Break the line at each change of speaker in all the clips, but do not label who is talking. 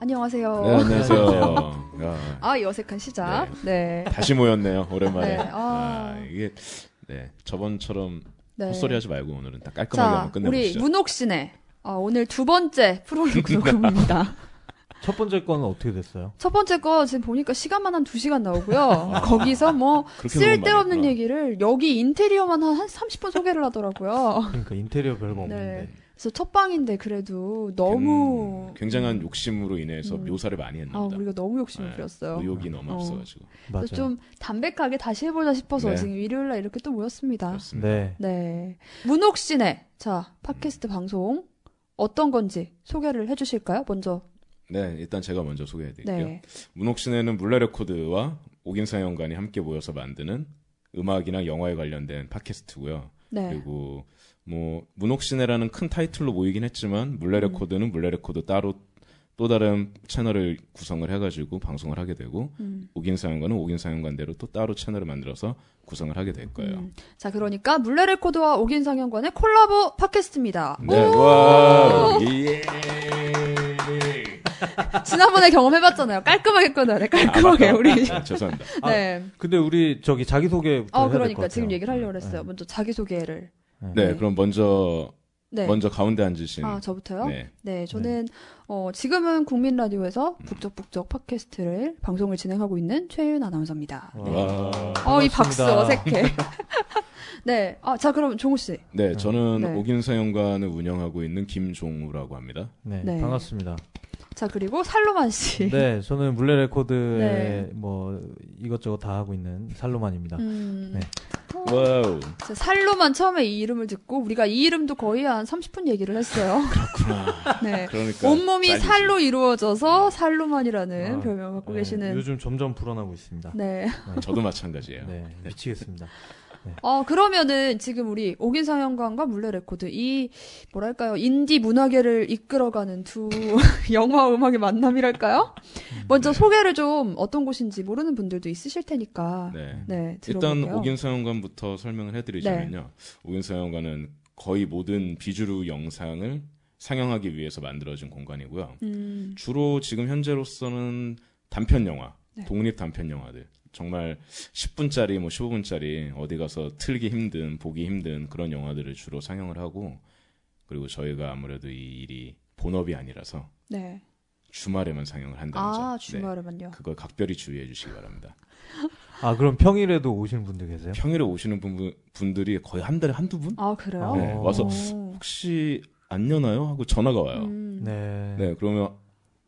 안녕하세요.
네, 안녕하세요. 아,
아, 이 어색한 시작. 네.
다시 모였네요. 오랜만에.
네, 아.
아, 이게 네 저번처럼
네.
헛소리 하지 말고 오늘은 딱 깔끔하게
자,
한번
우리
끝내보시죠.
문옥신의 아, 오늘 두 번째 프롤로그
그러니까.
녹음입니다.
첫 번째 건은 어떻게 됐어요?
첫 번째 거 지금 보니까 시간만 한 두시간 나오고요. 거기서 뭐
그렇게 너무
쓸데없는
많이
얘기를 여기 인테리어만 한, 한 30분 소개를 하더라고요.
그러니까 인테리어 별거
네.
없는데.
그래서 첫 방인데 그래도
했구나.
너무
굉- 굉장한 욕심으로 인해서
음.
묘사를 많이 했나
아,
보다.
우리가 너무 욕심을
네,
부렸어요.
의욕이 너무
어.
앞서가지고.
맞아요.
그래서 좀 담백하게 다시 해보자 싶어서
네.
지금 일요일 날 이렇게 또 모였습니다.
그렇습니다.
네.
네. 문옥신의 자, 팟캐스트 방송 어떤 건지 소개를 해 주실까요? 먼저.
네, 일단 제가 먼저 소개해드릴게요.
네.
문옥신에는 물레레코드와 오김상 연관이 함께 모여서 만드는 음악이나 영화에 관련된 팟캐스트고요.
네.
그리고 뭐 문옥신애라는 큰 타이틀로 모이긴 했지만
음.
물레레코드는 물레레코드 따로 또 다른 채널을 구성을 해가지고 방송을 하게 되고
음.
오긴사연관은 오긴사연관대로 또 따로 채널을 만들어서 구성을 하게 될 거예요.
음. 자, 그러니까 물레레코드와 오긴상영관의 콜라보 팟캐스트입니다.
네, 와, 예.
지난번에 경험해봤잖아요. 깔끔하게 끝나네. 깔끔하게 우리.
아, 죄송합니다.
아,
네.
근데 우리 저기 자기 소개부터
어,
해야 될것
그러니까
같아요.
지금 얘기를 하려고 했어요. 먼저 자기 소개를.
네,
네.
그럼 먼저
네.
먼저 가운데 앉으신
아, 저부터요?
네,
네, 저는 어, 지금은 국민 라디오에서 북적북적 팟캐스트를 방송을 진행하고 있는 최윤 아나운서입니다. 네.
와.
어, 이
반갑습니다.
박수 어색해. 네, 아, 자 그럼 종우 씨.
네, 저는
네.
오긴사연관을 운영하고 있는 김종우라고 합니다.
네,
네.
반갑습니다.
자 그리고 살로만 씨.
네, 저는 물레 레코드에
네.
뭐 이것저것 다 하고 있는 살로만입니다.
음,
네.
와우,
자, 살로만 처음에 이 이름을 듣고 우리가 이 이름도 거의 한 30분 얘기를 했어요.
그렇구나.
네.
그러니까
온몸이
딸이지.
살로 이루어져서 살로만이라는
아,
별명을 갖고
네,
계시는.
요즘 점점 불어나고 있습니다.
네.
저도 마찬가지예요.
네, 미치겠습니다.
어 그러면은 지금 우리 오긴상 영광과 물레 레코드 이 뭐랄까요 인디 문화계를 이끌어가는 두 영화 음악의 만남이랄까요?
음,
먼저
네.
소개를 좀 어떤 곳인지 모르는 분들도 있으실 테니까
네.
네
일단
들어볼게요. 네.
오긴사연관부터 설명을 해드리자면요. 오긴사연관은 거의 모든 비주류 영상을 상영하기 위해서 만들어진 공간이고요.
음,
주로 지금 현재로서는 단편 영화,
네.
독립 단편 영화들. 정말 10분짜리, 뭐 15분짜리 어디 가서 틀기 힘든, 보기 힘든 그런 영화들을 주로 상영을 하고 그리고 저희가 아무래도 이 일이 본업이 아니라서
네.
주말에만 상영을 한다는 점.
아
네.
주말에만요.
그걸 각별히 주의해 주시기 바랍니다.
아, 그럼 평일에도 오시는 분들 계세요?
평일에 오시는 분, 분들이 거의 한 달에 한두 분?
아 그래요?
네, 와서
오.
혹시 안 여나요? 하고 전화가 와요.
음,
네.
네, 그러면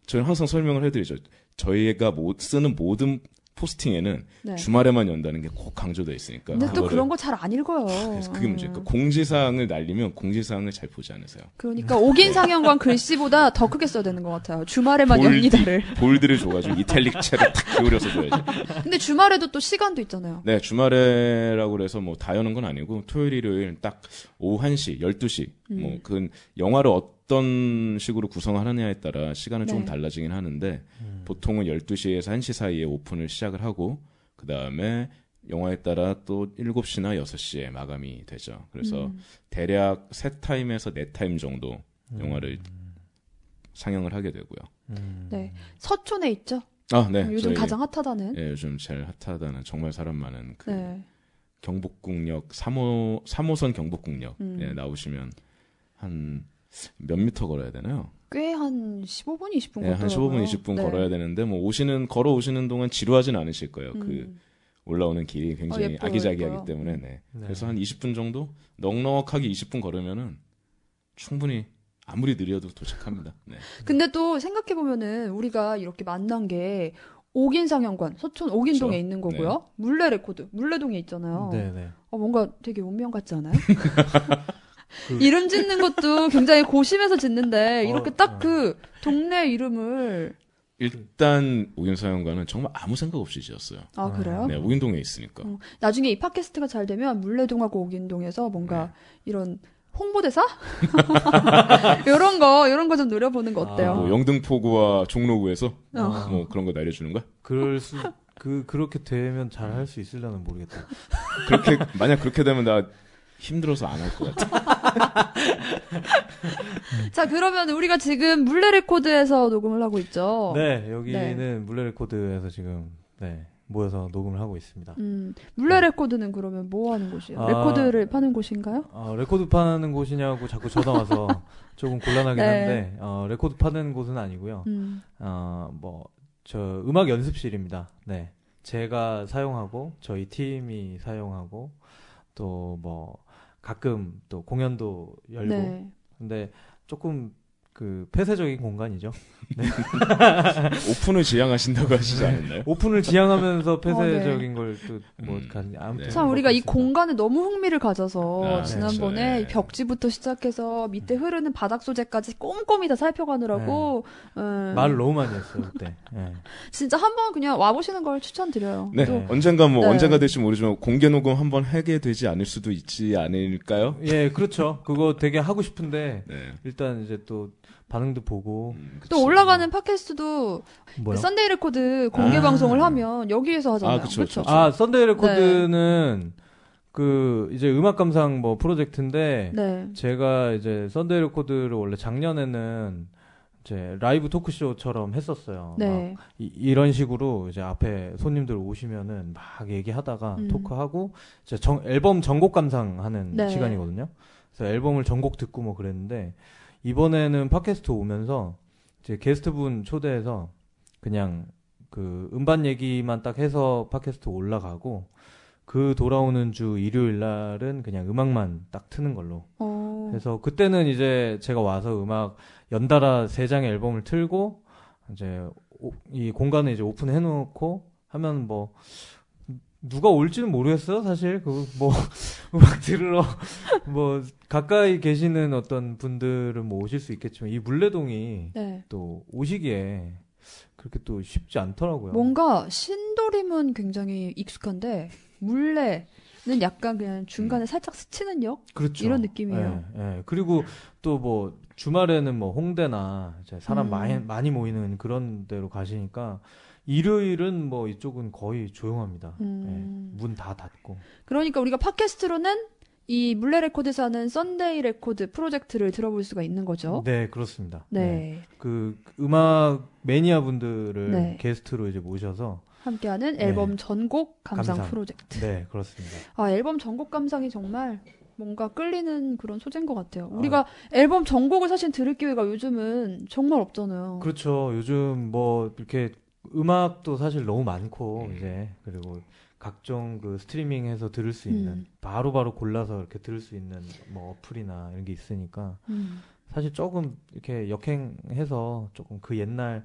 저희는 항상 설명을 해드리죠. 저희가 모- 쓰는 모든 포스팅에는
네.
주말에만 연다는 게 꼭 강조되어 있으니까.
근데 또
그거를-
그런 거 잘 안 읽어요.
그래서 그게 문제예요.
음.
그러니까 공지사항을 날리면 공지사항을 잘 보지 않으세요.
그러니까 오긴상 영광 글씨보다 더 크게 써야 되는 것 같아요. 주말에만
네. 볼디.
엽니다를.
볼드를 줘가지고 이탈릭 채로 탁 기울여서 줘야지.
근데 주말에도 또 시간도 있잖아요.
네, 주말에라고 그래서 뭐 다 여는 건 아니고 토요일, 일요일 딱 오후 1시, 12시
음.
뭐 그 영화를 어떤 식으로 구성하느냐에 따라 시간은 조금
네.
달라지긴 하는데 보통은 12시에서 1시 사이에 오픈을 시작을 하고 그다음에 영화에 따라 또 7시나 6시에 마감이 되죠. 그래서
음.
대략 세타임에서네타임 정도 영화를 상영을 하게 되고요.
음.
네. 서촌에 있죠.
아, 네.
요즘
저희-
가장 핫하다는.
예, 요즘 제일 핫하다는 정말 사람 많은 그
네.
경복궁역 3호 3호선 경복궁역
음.
예, 나오시면 한 몇 미터 걸어야 되나요?
꽤 한 15분, 20분 네.
예, 한 15분 20분 걸어야 되는데 뭐 오시는 걸어 오시는 동안 지루하진 않으실 거예요. 그 올라오는 길이 굉장히
음. 어, 예뻐요, 예뻐요.
아기자기하기 때문에 네.
네.
그래서 한 20분 정도 넉넉하게 20분 걸으면은 충분히 아무리 느려도 도착합니다. 네.
근데 또 생각해 보면은 우리가 이렇게 만난 게 옥인상영관, 서촌 옥인동에
그렇죠.
있는 거고요. 물레 레코드, 물레동에 있잖아요.
네, 네.
어, 뭔가 되게 운명 같지 않아요?
그-
이름 짓는 것도 굉장히 고심해서 짓는데 이렇게
어, 어.
딱 그 동네 이름을
일단 우인사연관은 정말 아무 생각 없이 지었어요.
아 그래요?
네,
음.
우인동에 있으니까.
어, 나중에 이 팟캐스트가 잘 되면 물레동하고 옥인동에서 뭔가 이런 홍보대사? 요런 거, 요런 거 좀 노려보는 거 어때요?
아,
뭐 영등포구와 종로구에서
어.
아,
뭐 그런 거 날려주는 거야?
그럴 수, 그, 그렇게 되면 잘 할 수 있을려나 모르겠다.
그렇게 만약 그렇게 되면 나 힘들어서 안 할 것 같아.
자, 그러면 우리가 지금 물레 레코드에서 녹음을 하고 있죠.
네, 여기는 물레 레코드에서 지금, 네, 모여서 녹음을 하고 있습니다.
음, 물레 레코드는 그러면 뭐 하는 곳이에요?
아.
레코드를 파는 곳인가요?
어, 레코드 파는 곳이냐고 자꾸 전화 와서 조금 곤란하긴
네.
한데, 어, 레코드 파는 곳은 아니고요.
음,
어, 뭐, 저 음악 연습실입니다. 네. 제가 사용하고, 저희 팀이 사용하고, 또 뭐, 가끔 또 공연도 열고,
네.
근데 조금 그 폐쇄적인 공간이죠.
오픈을 지향하신다고 하시지 않았나요?
오픈을 지향하면서 폐쇄적인
네.
걸또 뭐,
음,
간- 아무튼
네.
참 우리가 이
그렇습니다.
공간에 너무 흥미를 가져서
아,
지난번에
그렇죠. 네.
벽지부터 시작해서 밑에 흐르는 바닥 소재까지 꼼꼼히 다 살펴가느라고 음,
말을 너무 많이 했어요, 그때. 예.
진짜 한번 그냥 와보시는 걸 추천드려요.
네,
네.
언젠가 뭐
네.
언젠가 될지 모르지만 공개 녹음 한번 하게 되지 않을 수도 있지 않을까요?
예, 그렇죠. 그거 되게 하고 싶은데,
네.
일단 이제 또 반응도 보고
음, 그치.
또 올라가는 팟캐스트도
뭐야?
썬데이 레코드 공개
아.
방송을 하면 여기에서 하잖아요.
아, 그쵸,
그쵸?
그쵸.
아 썬데이 레코드는
네.
그 이제 음악 감상 뭐 프로젝트인데
네.
제가 이제 썬데이 레코드를 원래 작년에는 이제 라이브 토크쇼처럼 했었어요. 막
네.
이, 런 식으로 이제 앞에 손님들 오시면은 막 얘기하다가
음.
토크하고 이제 정- 앨범 전곡 감상하는
네.
시간이거든요. 그래서 앨범을 전곡 듣고 뭐 그랬는데 이번에는 팟캐스트 오면서 이제 게스트분 초대해서 그냥 그 음반 얘기만 딱 해서 팟캐스트 올라가고 그 돌아오는 주 일요일 날은 그냥 음악만 딱 트는 걸로
어.
그래서 그때는 이제 제가 와서 음악 연달아 세 장의 앨범을 틀고 이제 오- 이 공간을 이제 오픈해 놓고 하면 뭐 누가 올지는 모르겠어요 사실 그 뭐 음악 들으러 뭐 가까이 계시는 어떤 분들은 뭐 오실 수 있겠지만 이 물레동이
네.
또 오시기에 그렇게 또 쉽지 않더라고요.
뭔가 신도림은 굉장히 익숙한데 물레는 약간 그냥 중간에 살짝 스치는 역
그렇죠.
이런 느낌이에요.
예, 예. 그리고 또 뭐 주말에는 뭐 홍대나 이제 사람
음.
많이 많이 모이는 그런 데로 가시니까 일요일은 뭐 이쪽은 거의 조용합니다. 예.
음.
문 다 닫고.
그러니까 우리가 팟캐스트로는 이 물레 레코드에서 하는 썬데이 레코드 프로젝트를 들어볼 수가 있는 거죠.
네, 그렇습니다.
네.
그 음악 매니아 분들을
네.
게스트로 이제 모셔서
함께하는
네.
앨범 전곡 감상,
감상.
프로젝트.
네, 그렇습니다.
아, 앨범 전곡 감상이 정말 뭔가 끌리는 그런 소재인 것 같아요. 우리가 앨범 전곡을 사실 들을 기회가 요즘은 정말 없잖아요.
그렇죠. 요즘 뭐 이렇게 음악도 사실 너무 많고 이제 그리고 각종 그 스트리밍에서 들을 수
음.
있는 바로바로 골라서 이렇게 들을 수 있는 뭐 어플이나 이런 게 있으니까
음.
사실 조금 이렇게 역행해서 조금 그 옛날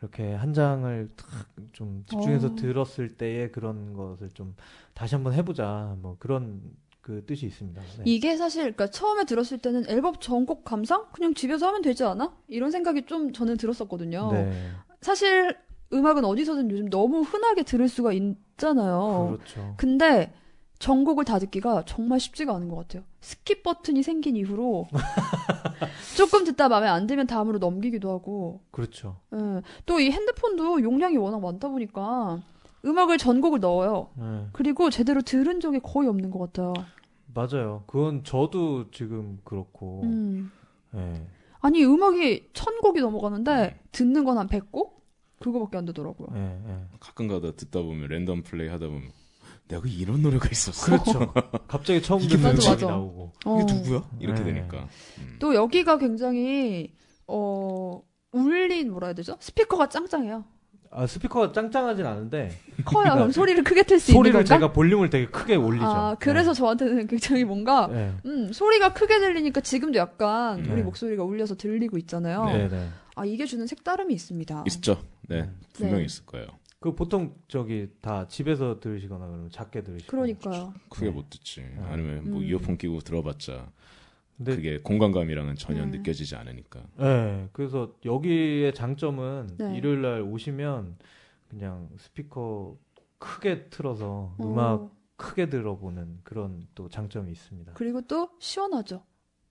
이렇게 한 장을 탁 좀 집중해서
어.
들었을 때의 그런 것을 좀 다시 한번 해보자 뭐 그런 그 뜻이 있습니다. 네.
이게 사실 그러니까 처음에 들었을 때는 앨범 전곡 감상 그냥 집에서 하면 되지 않아? 이런 생각이 좀 저는 들었었거든요.
네,
사실 음악은 어디서든 요즘 너무 흔하게 들을 수가 있잖아요.
그렇죠.
근데 전곡을 다 듣기가 정말 쉽지가 않은 것 같아요. 스킵 버튼이 생긴 이후로 조금 듣다 마음에 안 들면 다음으로 넘기기도 하고 예.
그렇죠.
또 이 핸드폰도 용량이 워낙 많다 보니까 음악을 전곡을 넣어요.
네,
그리고 제대로 들은 적이 거의 없는 것 같아요.
맞아요. 그건 저도 지금 그렇고.
음.
네.
아니 음악이 천 곡이 넘어가는데 듣는 건 한 100곡? 그거밖에 안 되더라고요.
네, 네.
가끔가다 듣다 보면 랜덤 플레이 하다 보면 내가 이런 노래가 있었어.
그렇죠. 갑자기 처음
이게
듣는
맞아,
음악이
맞아.
나오고.
어.
이게 누구야? 이렇게
네.
되니까. 음.
또 여기가 굉장히 어 울린 뭐라 해야 되죠? 스피커가 짱짱해요.
아, 스피커가 짱짱하진 않은데
커요. 그럼 소리를 크게 틀 수 있는
소리를
건가?
제가 볼륨을 되게 크게 올리죠. 예.
아 그래서 저한테는 굉장히 뭔가
네. 네.
음 소리가 크게 들리니까 지금도 약간
네.
우리 목소리가 울려서 들리고 있잖아요.
네.
네, 음. 네.
아 이게 주는 색다름이 있습니다.
있죠. 네, 분명히
네.
있을 거예요.
그 보통 저기 다 집에서 들으시거나 그러면 작게 들으시고
그러니까요.
크게
네. 네.
못 듣지. 아니면 뭐
음.
이어폰 끼고 들어봤자
근데
그게 공간감이랑은 전혀
음.
느껴지지 않으니까.
네, 그래서 여기의 장점은
네.
일요일 날 오시면 그냥 스피커 크게 틀어서
어,
음악 크게 들어보는 그런 또 장점이 있습니다.
그리고 또 시원하죠.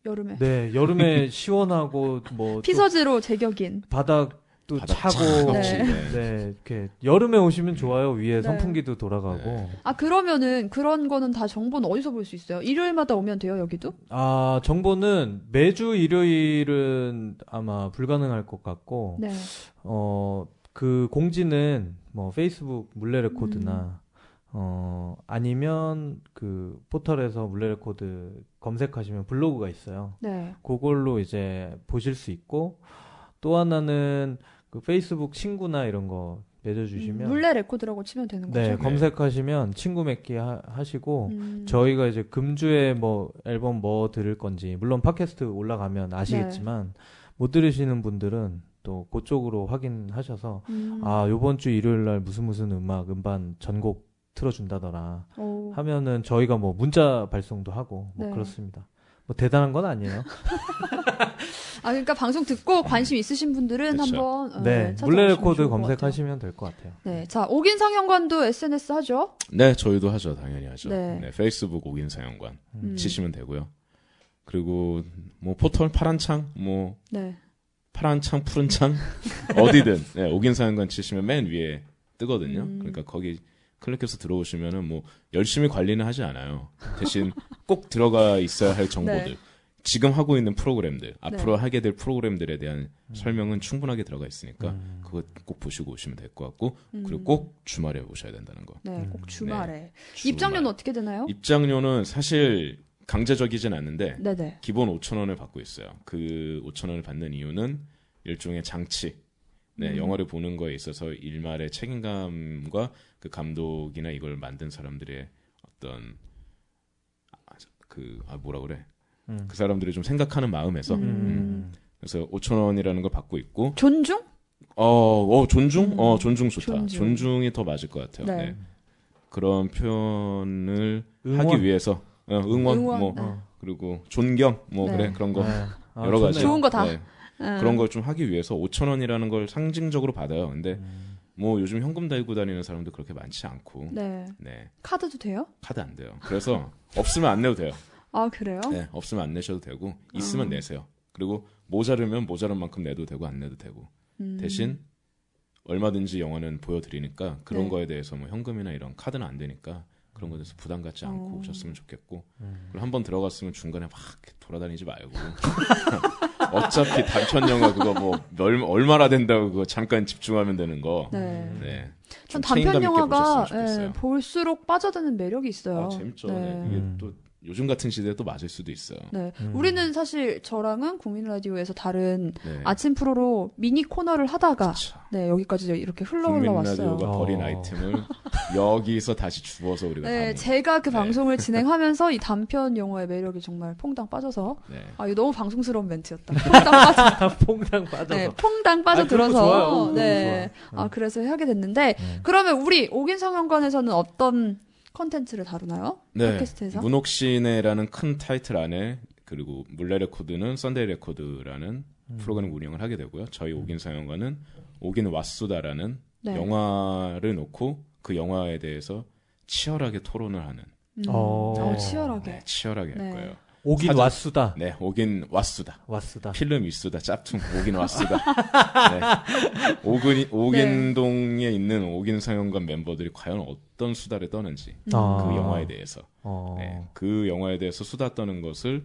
여름에
네, 여름에 시원하고 뭐또
피서지로 제격인
바닥도
바닥
그 차고
네.
차갑지, 네.
네, 이렇게 여름에 오시면 좋아요. 위에
네.
선풍기도 돌아가고.
네.
아 그러면은 그런 거는 다 정보는 어디서 볼 수 있어요? 일요일마다 오면 돼요 여기도?
아, 정보는 매주 일요일은 아마 불가능할 것 같고,
네.
어, 그 공지는 뭐 페이스북
음.
물레레코드나, 어, 아니면 그 포털에서 물레레코드 검색하시면 블로그가 있어요.
네.
그걸로 이제 보실 수 있고, 또 하나는 그 페이스북 친구나 이런 거 맺어주시면,
음, 물레 레코드라고 치면 되는 거죠?
네,
거죠?
검색하시면 친구 맺기 하, 하시고,
음,
저희가 이제 금주에 뭐 앨범 뭐 들을 건지 물론 팟캐스트 올라가면
네.
아시겠지만 못 들으시는 분들은 또 그쪽으로 확인하셔서
음,
아 요번 주 일요일 날 무슨 무슨 음악 음반 전곡 틀어준다더라
오.
하면은 저희가 뭐 문자 발송도 하고 뭐
네.
그렇습니다 뭐 대단한 건 아니에요
아 그러니까 방송 듣고 관심 있으신 분들은
그쵸.
한번 어,
음. 네
찾아보시면
물레 레코드
좋을 것 같아요.
검색하시면 될 것 같아요
네, 자 오긴 상영관도 SNS 하죠.
네, 저희도 하죠. 당연히 하죠.
네.
네. 페이스북 오긴 사연관
음,
치시면 되고요. 그리고 뭐 포털 파란 창, 뭐
네,
파란 창, 푸른 창 어디든 네, 오긴 사연관 치시면 맨 위에 뜨거든요.
음.
그러니까 거기 클릭해서 들어오시면은 뭐 열심히 관리는 하지 않아요. 대신 꼭 들어가 있어야 할 정보들,
네.
지금 하고 있는 프로그램들, 앞으로 하게 될 프로그램들에 대한 설명은 충분하게 들어가 있으니까
음.
그거 꼭 보시고 오시면 될 것 같고
음,
그리고 꼭 주말에 오셔야 된다는 거.
네, 꼭
음,
주말에
주말.
입장료는 어떻게 되나요?
입장료는 사실 강제적이진 않는데
네, 네.
기본 5천 원을 받고 있어요. 그 5천 원을 받는 이유는 일종의 장치. 네,
음.
영화를 보는 거에 있어서 일말의 책임감과 그 감독이나 이걸 만든 사람들의 어떤 아, 그 아, 뭐라 그래?
음.
그 사람들이 좀 생각하는 마음에서
음.
음.
그래서 5천 원이라는 걸 받고 있고
존중?
어, 어 존중?
음.
어 존중 좋다.
존중.
존중. 이더 맞을 것 같아요.
네.
네. 그런 표현을
응원.
하기 위해서 어, 응원,
응원,
뭐
네.
음, 어.
그리고 존경 뭐
네.
그래 그런 거
네. 아,
여러 가지
좋네요.
좋은 거 다.
네,
음.
그런 걸 좀 하기 위해서 5천 원이라는 걸 상징적으로 받아요. 근데
음.
뭐 요즘 현금 달고 다니는 사람도 그렇게 많지 않고
네,
네
카드도 돼요?
카드 안 돼요. 그래서 없으면 안 내도 돼요.
아 그래요?
네 없으면 안 내셔도 되고 있으면
어.
내세요. 그리고 모자르면 모자란 만큼 내도 되고 안 내도 되고
음.
네, 대신 얼마든지 영화는 보여드리니까 그런
네.
거에 대해서 뭐 현금이나 이런 카드는 안 되니까 그런 거에 대해서 부담 갖지 않고
어.
오셨으면 좋겠고
음.
그리고 한번 들어갔으면 중간에 막 돌아다니지 말고 어차피 단편 영화 그거 뭐 얼- 얼마나 된다고 그거 잠깐 집중하면 되는 거.
음.
네.
네.
전
좀
단편
책임감 있게
영화가
보셨으면 좋겠어요.
예, 볼수록 빠져드는 매력이 있어요.
아, 재밌죠. 네. 이게
음.
또 요즘 같은 시대에 또 맞을 수도 있어요.
네.
음.
우리는 사실 저랑은 국민 라디오에서 다른
네.
아침 프로로 미니 코너를 하다가
그쵸.
네 여기까지 이렇게 흘러
국민
올라왔어요.
라디오가 버린
어.
아이템을 여기서 다시 주워서 우리가
네,
담은.
제가 그
네.
방송을 진행하면서 이 단편 영화의 매력이 정말 퐁당 빠져서
네.
아 이거 너무 방송스러운 멘트였다. 퐁당 빠져,
퐁당 빠져서.
네, 퐁당 빠져
아니, 그런 거 좋아요.
들어서
그런
네,
거 좋아.
음.
아 그래서 하게 됐는데
네.
그러면 우리 옥인 상영관에서는 어떤 컨텐츠를 다루나요?
네.
팟캐스트에서?
문옥신의라는 큰 타이틀 안에 그리고 물레 레코드는 썬데이 레코드라는 프로그램 운영을 하게 되고요. 저희 오긴 사연과는 오긴 왓수다라는
네.
영화를 놓고 그 영화에 대해서 치열하게 토론을 하는
음.
어.
어, 치열하게.
네, 치열하게
네.
할 거예요.
오긴
사전-
왔수다.
네, 오긴 왓수다.
왔수다.
필름 윗수다 짭퉁 오긴 왓수다. 네. 오긴 오긴동에
네.
있는 오긴 상영관 멤버들이 과연 어떤 수다를 떠는지
음.
그
아.
영화에 대해서
어.
네, 그 영화에 대해서 수다 떠는 것을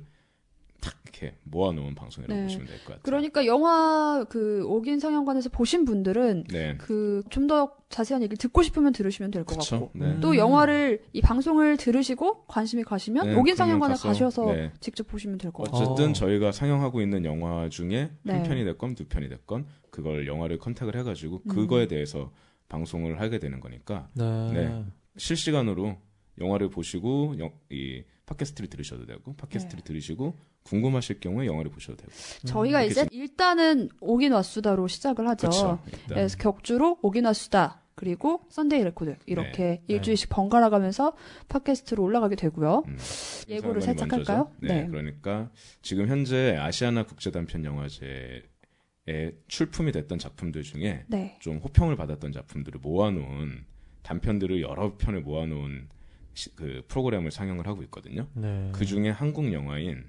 탁 이렇게 모아놓은 방송이라고
네.
보시면 될 것 같아요.
그러니까 영화 그 옥인 상영관에서 보신 분들은
네,
그 좀 더 자세한 얘기를 듣고 싶으면 들으시면 될 것 같고
그렇죠. 네.
또
음.
영화를 이 방송을 들으시고 관심이 가시면
네,
옥인
그러면
상영관에
가서,
가셔서
네.
직접 보시면 될 것 같아요.
어쨌든
어.
저희가 상영하고 있는 영화 중에
네.
한 편이 됐건 두 편이 됐건 그걸 영화를 컨택을 해가지고
음.
그거에 대해서 방송을 하게 되는 거니까
네.
네. 실시간으로 영화를 보시고 영- 이 팟캐스트를 들으셔도 되고 팟캐스트를
네.
들으시고 궁금하실 경우에 영화를 보셔도 되고
저희가
이렇게
이제 일단은 옥인 와수다로 시작을 하죠.
음,
네,
그렇죠. 일단
그래서 격주로 옥인 와수다 그리고 썬데이 레코드 이렇게
네.
일주일씩 번갈아 가면서 팟캐스트로 올라가게 되고요.
음.
예고를
상관이
살짝
먼저죠.
할까요?
네,
네.
그러니까 지금 현재 아시아나 국제 단편 영화제에 출품이 됐던 작품들 중에
네.
좀 호평을 받았던 작품들을 모아놓은 단편들을 여러 편을 모아놓은
음.
시- 그 프로그램을 상영을 하고 있거든요.
네.
그 중에 한국 영화인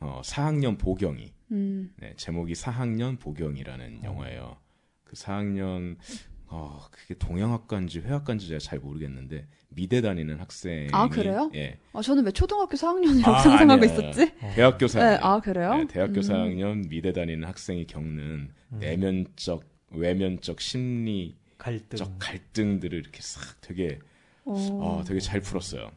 어, 4학년 보경이
음.
네, 제목이 4학년 보경이라는 영화예요. 그 4학년 어, 그게 동양학과인지 회화과인지 제가 잘 모르겠는데 미대 다니는 학생이
아, 그래요?
예.
아, 저는 왜 초등학교 4학년이라고
아,
상상하고
아니에요.
있었지?
대학교
네,
4학년.
아, 그래요?
네, 대학교
음.
4학년 미대 다니는 학생이 겪는
음.
내면적 외면적 심리적
갈등.
갈등들을 이렇게 싹 되게
어.
어, 되게 잘 풀었어요.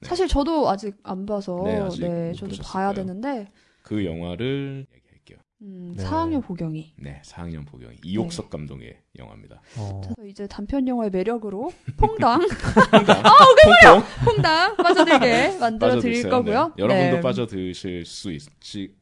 네.
사실 저도 아직 안 봐서
네,
네,
아직 못
저도
보셨을
봐야
거예요.
되는데
그 영화를 얘기할게요.
음,
네.
4학년 보경이.
네, 4학년 보경 이옥석 감독의 영화입니다.
어.
그래서 이제 단편 영화의 매력으로 퐁당 아,
퐁퐁
퐁당 빠져들게 만들어 드릴
그러니까 빠져드세요.
거고요.
네. 여러분도
네.
빠져드실 수 있지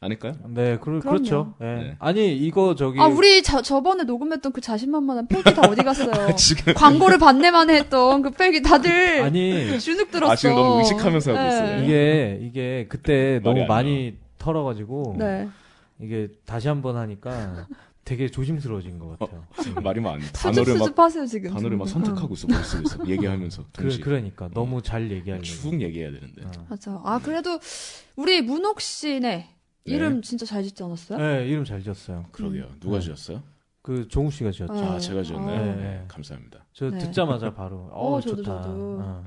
않을까요?
네, 그, 그렇죠. 예.
네.
아니 이거 저기
아, 우리 저, 저번에 녹음했던 그 자신만만한 펠기 다 어디 갔어요?
지금
광고를 반내만에 했던 그 펠기 다들
아니
주눅 들었어.
아 지금 너무 의식하면서 하고
네.
있어요.
이게 이게 그때
말이
너무
안
많이 털어가지고
네.
이게 다시 한번 하니까 되게 조심스러워진 것 같아요.
어, 말이 많.
수줍
단어를 막
수줍하세요 지금.
단어를 막 선택하고 있어 머릿속에서 얘기하면서
그,
동시에
그러니까 너무 잘 얘기하려고.
쭉 얘기해야 되는데.
어.
맞아. 아 그래도 우리 문옥 씨네 이름 진짜 잘 짓지 않았어요?
네, 이름 잘 지었어요.
그러게요.
음.
누가
네.
지었어요?
그 종욱 씨가 지었죠.
네.
아 제가 지었나요?
네.
네, 감사합니다.
저
네.
듣자마자 바로 어,
어, 저도,
좋다.
저도.
어.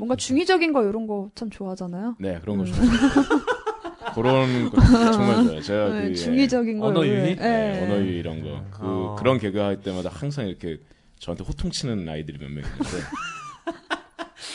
뭔가 중의적인 거 이런 거 참 좋아하잖아요.
네 그런 거
음.
좋아요. 그런 거 정말 좋아요. 제가
네,
그 예,
중의적인 거.
언어유희?
요즘에.
네,
예.
언어유 이런 거. 그
아.
그런 개그할 때마다 항상 이렇게 저한테 호통치는 아이들이 몇 명 있는데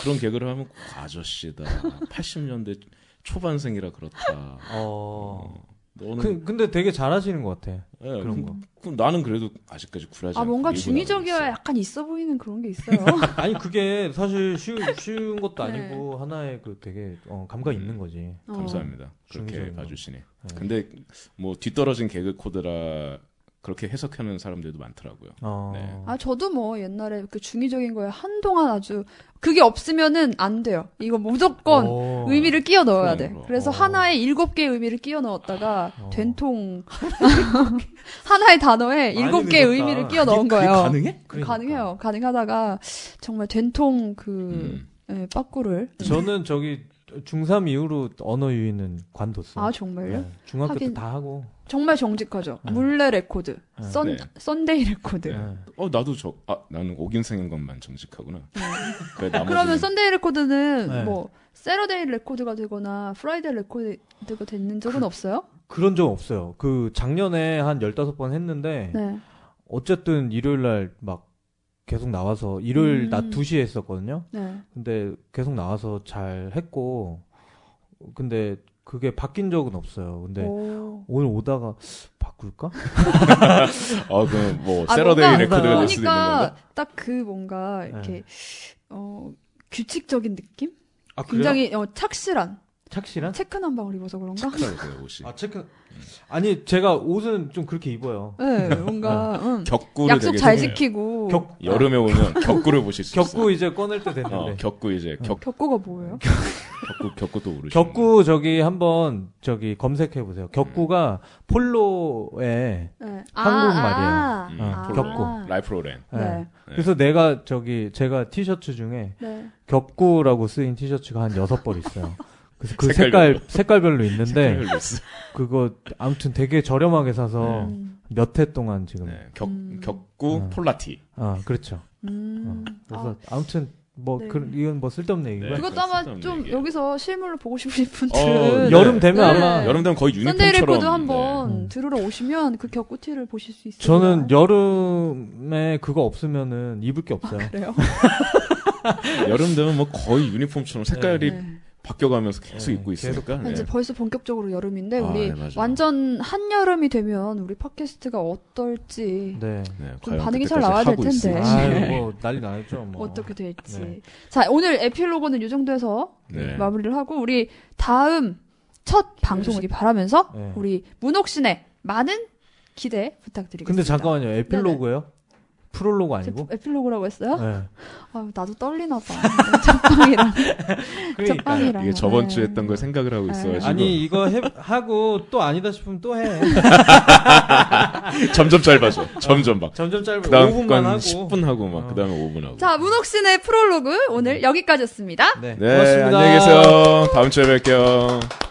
그런 개그를 하면 꼭 아저씨다. 80년대 초반생이라 그렇다.
어.
너는
그, 근데 되게 잘하시는 것 같아.
예,
그런
그-
거.
그 나는 그래도 아직까지 굴하지
아
않고
뭔가
밀고
중의적이어야
나가고
약간 있어 보이는 그런 게 있어요.
아니 그게 사실 쉬운, 쉬운 것도
네.
아니고 하나의 그 되게 어, 감각 있는 거지.
어.
있어요. 감사합니다. 그렇게
중의적인 거. 네.
봐주시니. 근데 뭐 뒤떨어진 개그 코드라 그렇게 해석하는 사람들도 많더라고요.
어.
네.
아 저도 뭐 옛날에 그 중의적인 거에 한동안 아주 그게 없으면은 안 돼요. 이거 무조건
어.
의미를 끼워 넣어야 돼.
그럼, 그럼.
그래서
어.
하나의 일곱 개의 의미를 끼워 넣었다가
어.
된통 하나의 단어에
많이
일곱 개의
늦었다.
의미를 끼워 넣은
그게
거예요.
가능해?
그러니까.
가능해요. 가능하다가 정말 된통 그
음.
예, 빠꾸를
저는 저기 중3 이후로 언어 유희는 관뒀어.
아 정말요?
네. 중학교
하긴-
때 다 하고.
정말 정직하죠.
네.
물레 레코드,
네.
썬
네.
썬데이 레코드.
네.
어 나도 저 아 나는 오긴생인 것만 정직하구나. 그래, 나머지는-
음. 그러면 썬데이 레코드는
네.
뭐 세러데이 레코드가 되거나 프라이데이 레코드가 되는 적은
그,
없어요?
그런 적 없어요. 그 작년에 한 15번 했는데
네.
어쨌든 일요일 날 막 계속 나와서 일요일
음.
낮 2시에 했었거든요.
네.
근데 계속 나와서 잘 했고 근데 그게 바뀐 적은 없어요. 근데
네.
오.
오늘 오다가 바꿀까?
아 그럼 뭐
아,
세러데이
뭔가-
레코드가 될 수도 있는 건가?
그러니까 딱 그 뭔가 이렇게
네.
어 규칙적인 느낌?
아,
굉장히 어, 착실한
착실한?
체크 남방을 입어서 그런가?
착각하세요 옷이.
아, 체크. 아니, 제가 옷은 좀 그렇게 입어요.
네, 뭔가 응.
격구를
약속
되게
잘
좋아해요.
지키고
격-
여름에 오면 격구를 보실 수
격구 네.
있어요.
이제 꺼낼 때 됐는데.
어, 격구 이제 격
격구가 뭐예요?
격구 격구도 모르시
격구 저기 한번 저기 검색해 보세요. 격구가 폴로에
네.
한국말이에요.
아,
음,
아,
어,
아.
격구.
라이프로렌.
예.
네.
그래서 내가 저기 제가 티셔츠 중에
네.
격구라고 쓰인 티셔츠가 한 여섯 벌 있어요. 그래서 그 색깔
색깔별로.
색깔별로 있는데
네.
그거 아무튼 되게 저렴하게 사서
음.
몇 해 동안 지금
네, 격
음.
격구
음.
폴라티.
아 그렇죠.
음.
어. 그래서 아무튼 뭐
네.
그, 이건 뭐 쓸데없는 얘기고요.
아, 그것도
그건
아마
쓸데없는
좀
얘기예요.
여기서 실물로 보고 싶으신
네. 어,
분들은
여-
여름 되면
네.
아마
여름 되면 거의
썬데이
유니폼처럼. 네.
레코드 한번
음.
들으러 오시면 그 격구티를 보실 수 있어요.
저는 여름에 그거 없으면은 입을 게 없어요.
그래요.
네. 여름 되면 뭐 거의 유니폼처럼 색깔이
네.
바뀌어가면서 계속
네,
입고 있으니까. 네.
이제 벌써 본격적으로 여름인데
아,
우리
네, 맞아요.
완전 한 여름이 되면 우리 팟캐스트가 어떨지
네.
네,
좀
과연
반응이 잘
그때까지
나와야 될
하고
텐데.
있을지.
아유 뭐 난리 나겠죠 뭐.
네. 어떻게 될지.
네.
자 오늘 에필로그는 이 정도에서
네.
마무리를 하고 우리 다음 첫 방송을 바라면서
네.
우리 문옥신의 많은 기대 부탁드리겠습니다.
근데 잠깐만요. 에필로그예요? 프롤로그 아니고?
제 에필로그라고 했어요?
네.
아유, 나도 떨리나 봐. 첫방이라.
그러니까.
첫방이라.
이게 저번
네.
주에 했던 걸 생각을 하고 네, 있어가지고
아니 이거 해, 하고 또 아니다 싶으면 또 해.
점점 짧아져. 점점 막.
점점 짧은
그다음
5분만
건
하고.
10분 하고 막
어.
그다음에 5분 하고.
자, 문옥신의 프롤로그 오늘 여기까지였습니다.
네.
네,
고맙습니다.
안녕히 계세요. 다음 주에 뵐게요.